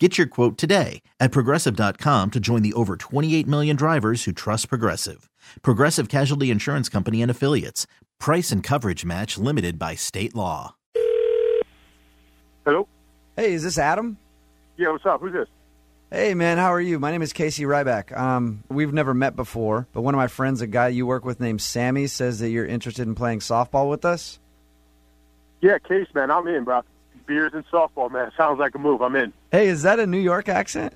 Get your quote today at progressive.com to join the over 28 million drivers who trust Progressive. Progressive Casualty Insurance Company and Affiliates. Price and coverage match limited by state law. Hello? Hey, is this Adam? Yeah, what's up? Who's this? Hey, man, how are you? My name is Casey Ryback. Um, we've never met before, but one of my friends, a guy you work with named Sammy, says that you're interested in playing softball with us. Yeah, Case, man. I'm in, bro. Beers and softball, man. Sounds like a move. I'm in. Hey, is that a New York accent?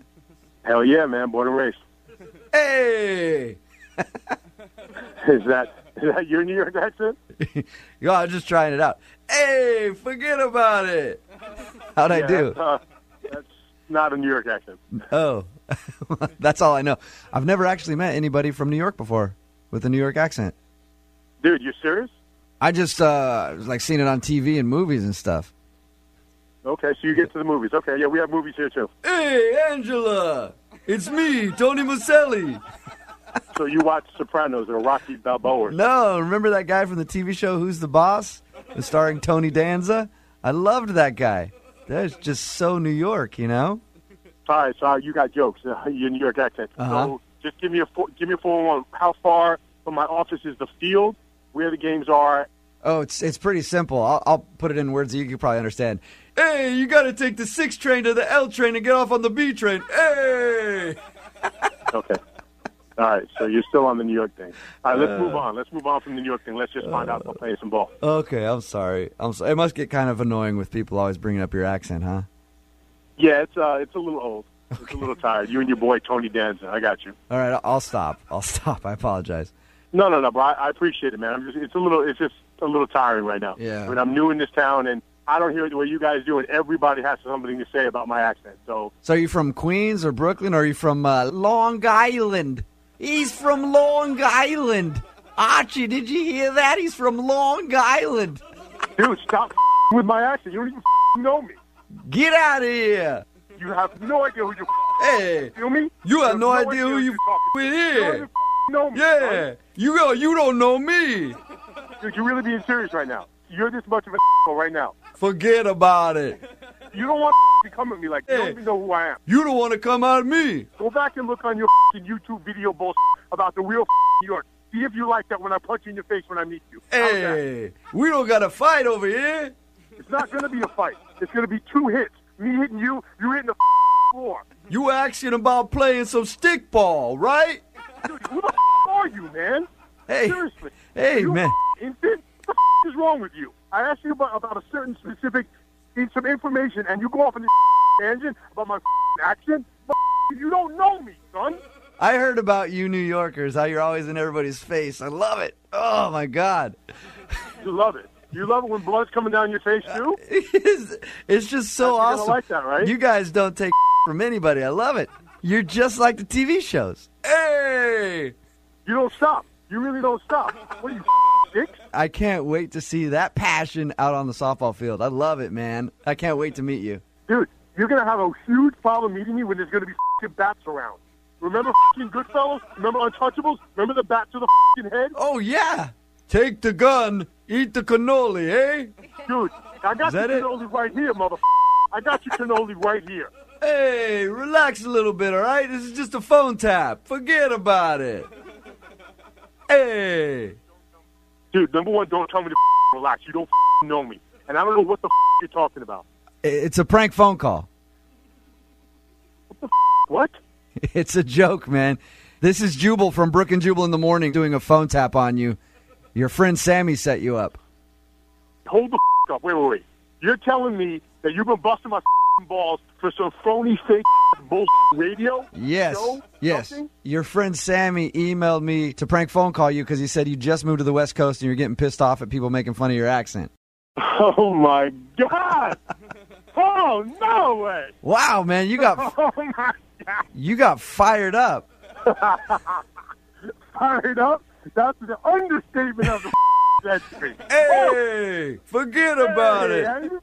Hell yeah, man. Born and raised. Hey! Is that, is that your New York accent? Yo, I'm just trying it out. Hey, forget about it. How'd I Yeah, do? That's, uh, that's not a New York accent. Oh, that's all I know. I've never actually met anybody from New York before with a New York accent. Dude, you serious? I just uh, like seen it on TV and movies and stuff. Okay, so you get to the movies. Okay, yeah, we have movies here, too. Hey, Angela, it's me, Tony Maselli. So you watch Sopranos or Rocky Balboa. No, remember that guy from the TV show Who's the Boss, It was starring Tony Danza? I loved that guy. That's just so New York, you know. All right, so you got jokes. Uh, your New York accent. Uh-huh. So just give me a four, give me a 411. How far from my office is the field? Where the games are? Oh, it's it's pretty simple. I'll, I'll put it in words that you can probably understand. Hey, you got to take the six train to the L train and get off on the B train. Hey. Okay. All right, so you're still on the New York thing. All right, let's move Uh, on. Let's move on from the New York thing. Let's just find out about playing some ball. Okay, I'm sorry. I'm sorry. It must get kind of annoying with people always bringing up your accent, huh? Yeah, it's uh, it's a little old. It's a little tired. You and your boy Tony Danza. I got you. All right, I'll- I'll stop. I'll stop. I apologize. No, no, no, but I, I appreciate it, man. I'm just, it's a little, it's just a little tiring right now. Yeah. I mean, I'm new in this town, and I don't hear it the way you guys do, and everybody has something to say about my accent. So So, are you from Queens or Brooklyn? Or are you from uh, Long Island? He's from Long Island. Archie, did you hear that? He's from Long Island. Dude, stop with my accent. You don't even know me. Get out of here. You have no idea who you Hey, feel me. You have no idea who you talking with to. You don't here. even know me. son. Yeah, you uh, go. You don't know me. dude, you're really being serious right now. You're this much of a right now. Forget about it. You don't want to come at me like you don't even know who I am. You don't want to come out of me. Go back and look on your fing YouTube video bullshit about the real fing New York. See if you like that when I punch you in your face when I meet you. How's that? Hey, we don't got to fight over here. It's not going to be a fight. It's going to be two hits. Me hitting you, you hitting the floor. You asking about playing some stickball, right? Dude, who the are you, man? Hey. Seriously. Hey, you man. Infant? What the is wrong with you? I asked you about, about a certain specific, in- some information, and you go off on this tangent about my action? You don't know me, son. I heard about you, New Yorkers, how you're always in everybody's face. I love it. Oh, my God. You love it. You love it when blood's coming down your face too. it's, it's just so You're gonna awesome. like that, right? You guys don't take from anybody. I love it. You're just like the TV shows. Hey, You don't stop. You really don't stop. What are you six? I can't wait to see that passion out on the softball field. I love it, man. I can't wait to meet you. Dude, you're gonna have a huge problem meeting me when there's gonna be fing bats around. Remember fing Goodfellas? Remember Untouchables? Remember the bat to the fing head? Oh yeah. take the gun, eat the cannoli, eh? Dude, I got you that it? cannoli right here, mother. I got you cannoli right here. Hey, relax a little bit, all right? This is just a phone tap. Forget about it. Hey, Dude, number one, don't tell me to relax. You don't know me, and I don't know what the you're talking about. It's a prank phone call. What? It's a joke, man. This is Jubal from Brook and Jubal in the morning doing a phone tap on you. Your friend Sammy set you up. Hold the f- up. Wait, wait, wait. You're telling me that you've been busting my f- balls for some phony, fake bullshit radio? Yes. Show? yes. Something? Your friend Sammy emailed me to prank phone call you because he said you just moved to the West Coast and you're getting pissed off at people making fun of your accent. Oh, my God. oh, no way. Wow, man, you got Oh, my God. you got fired up. Fired up? That's the understatement of the century. Hey, forget about hey, it. How you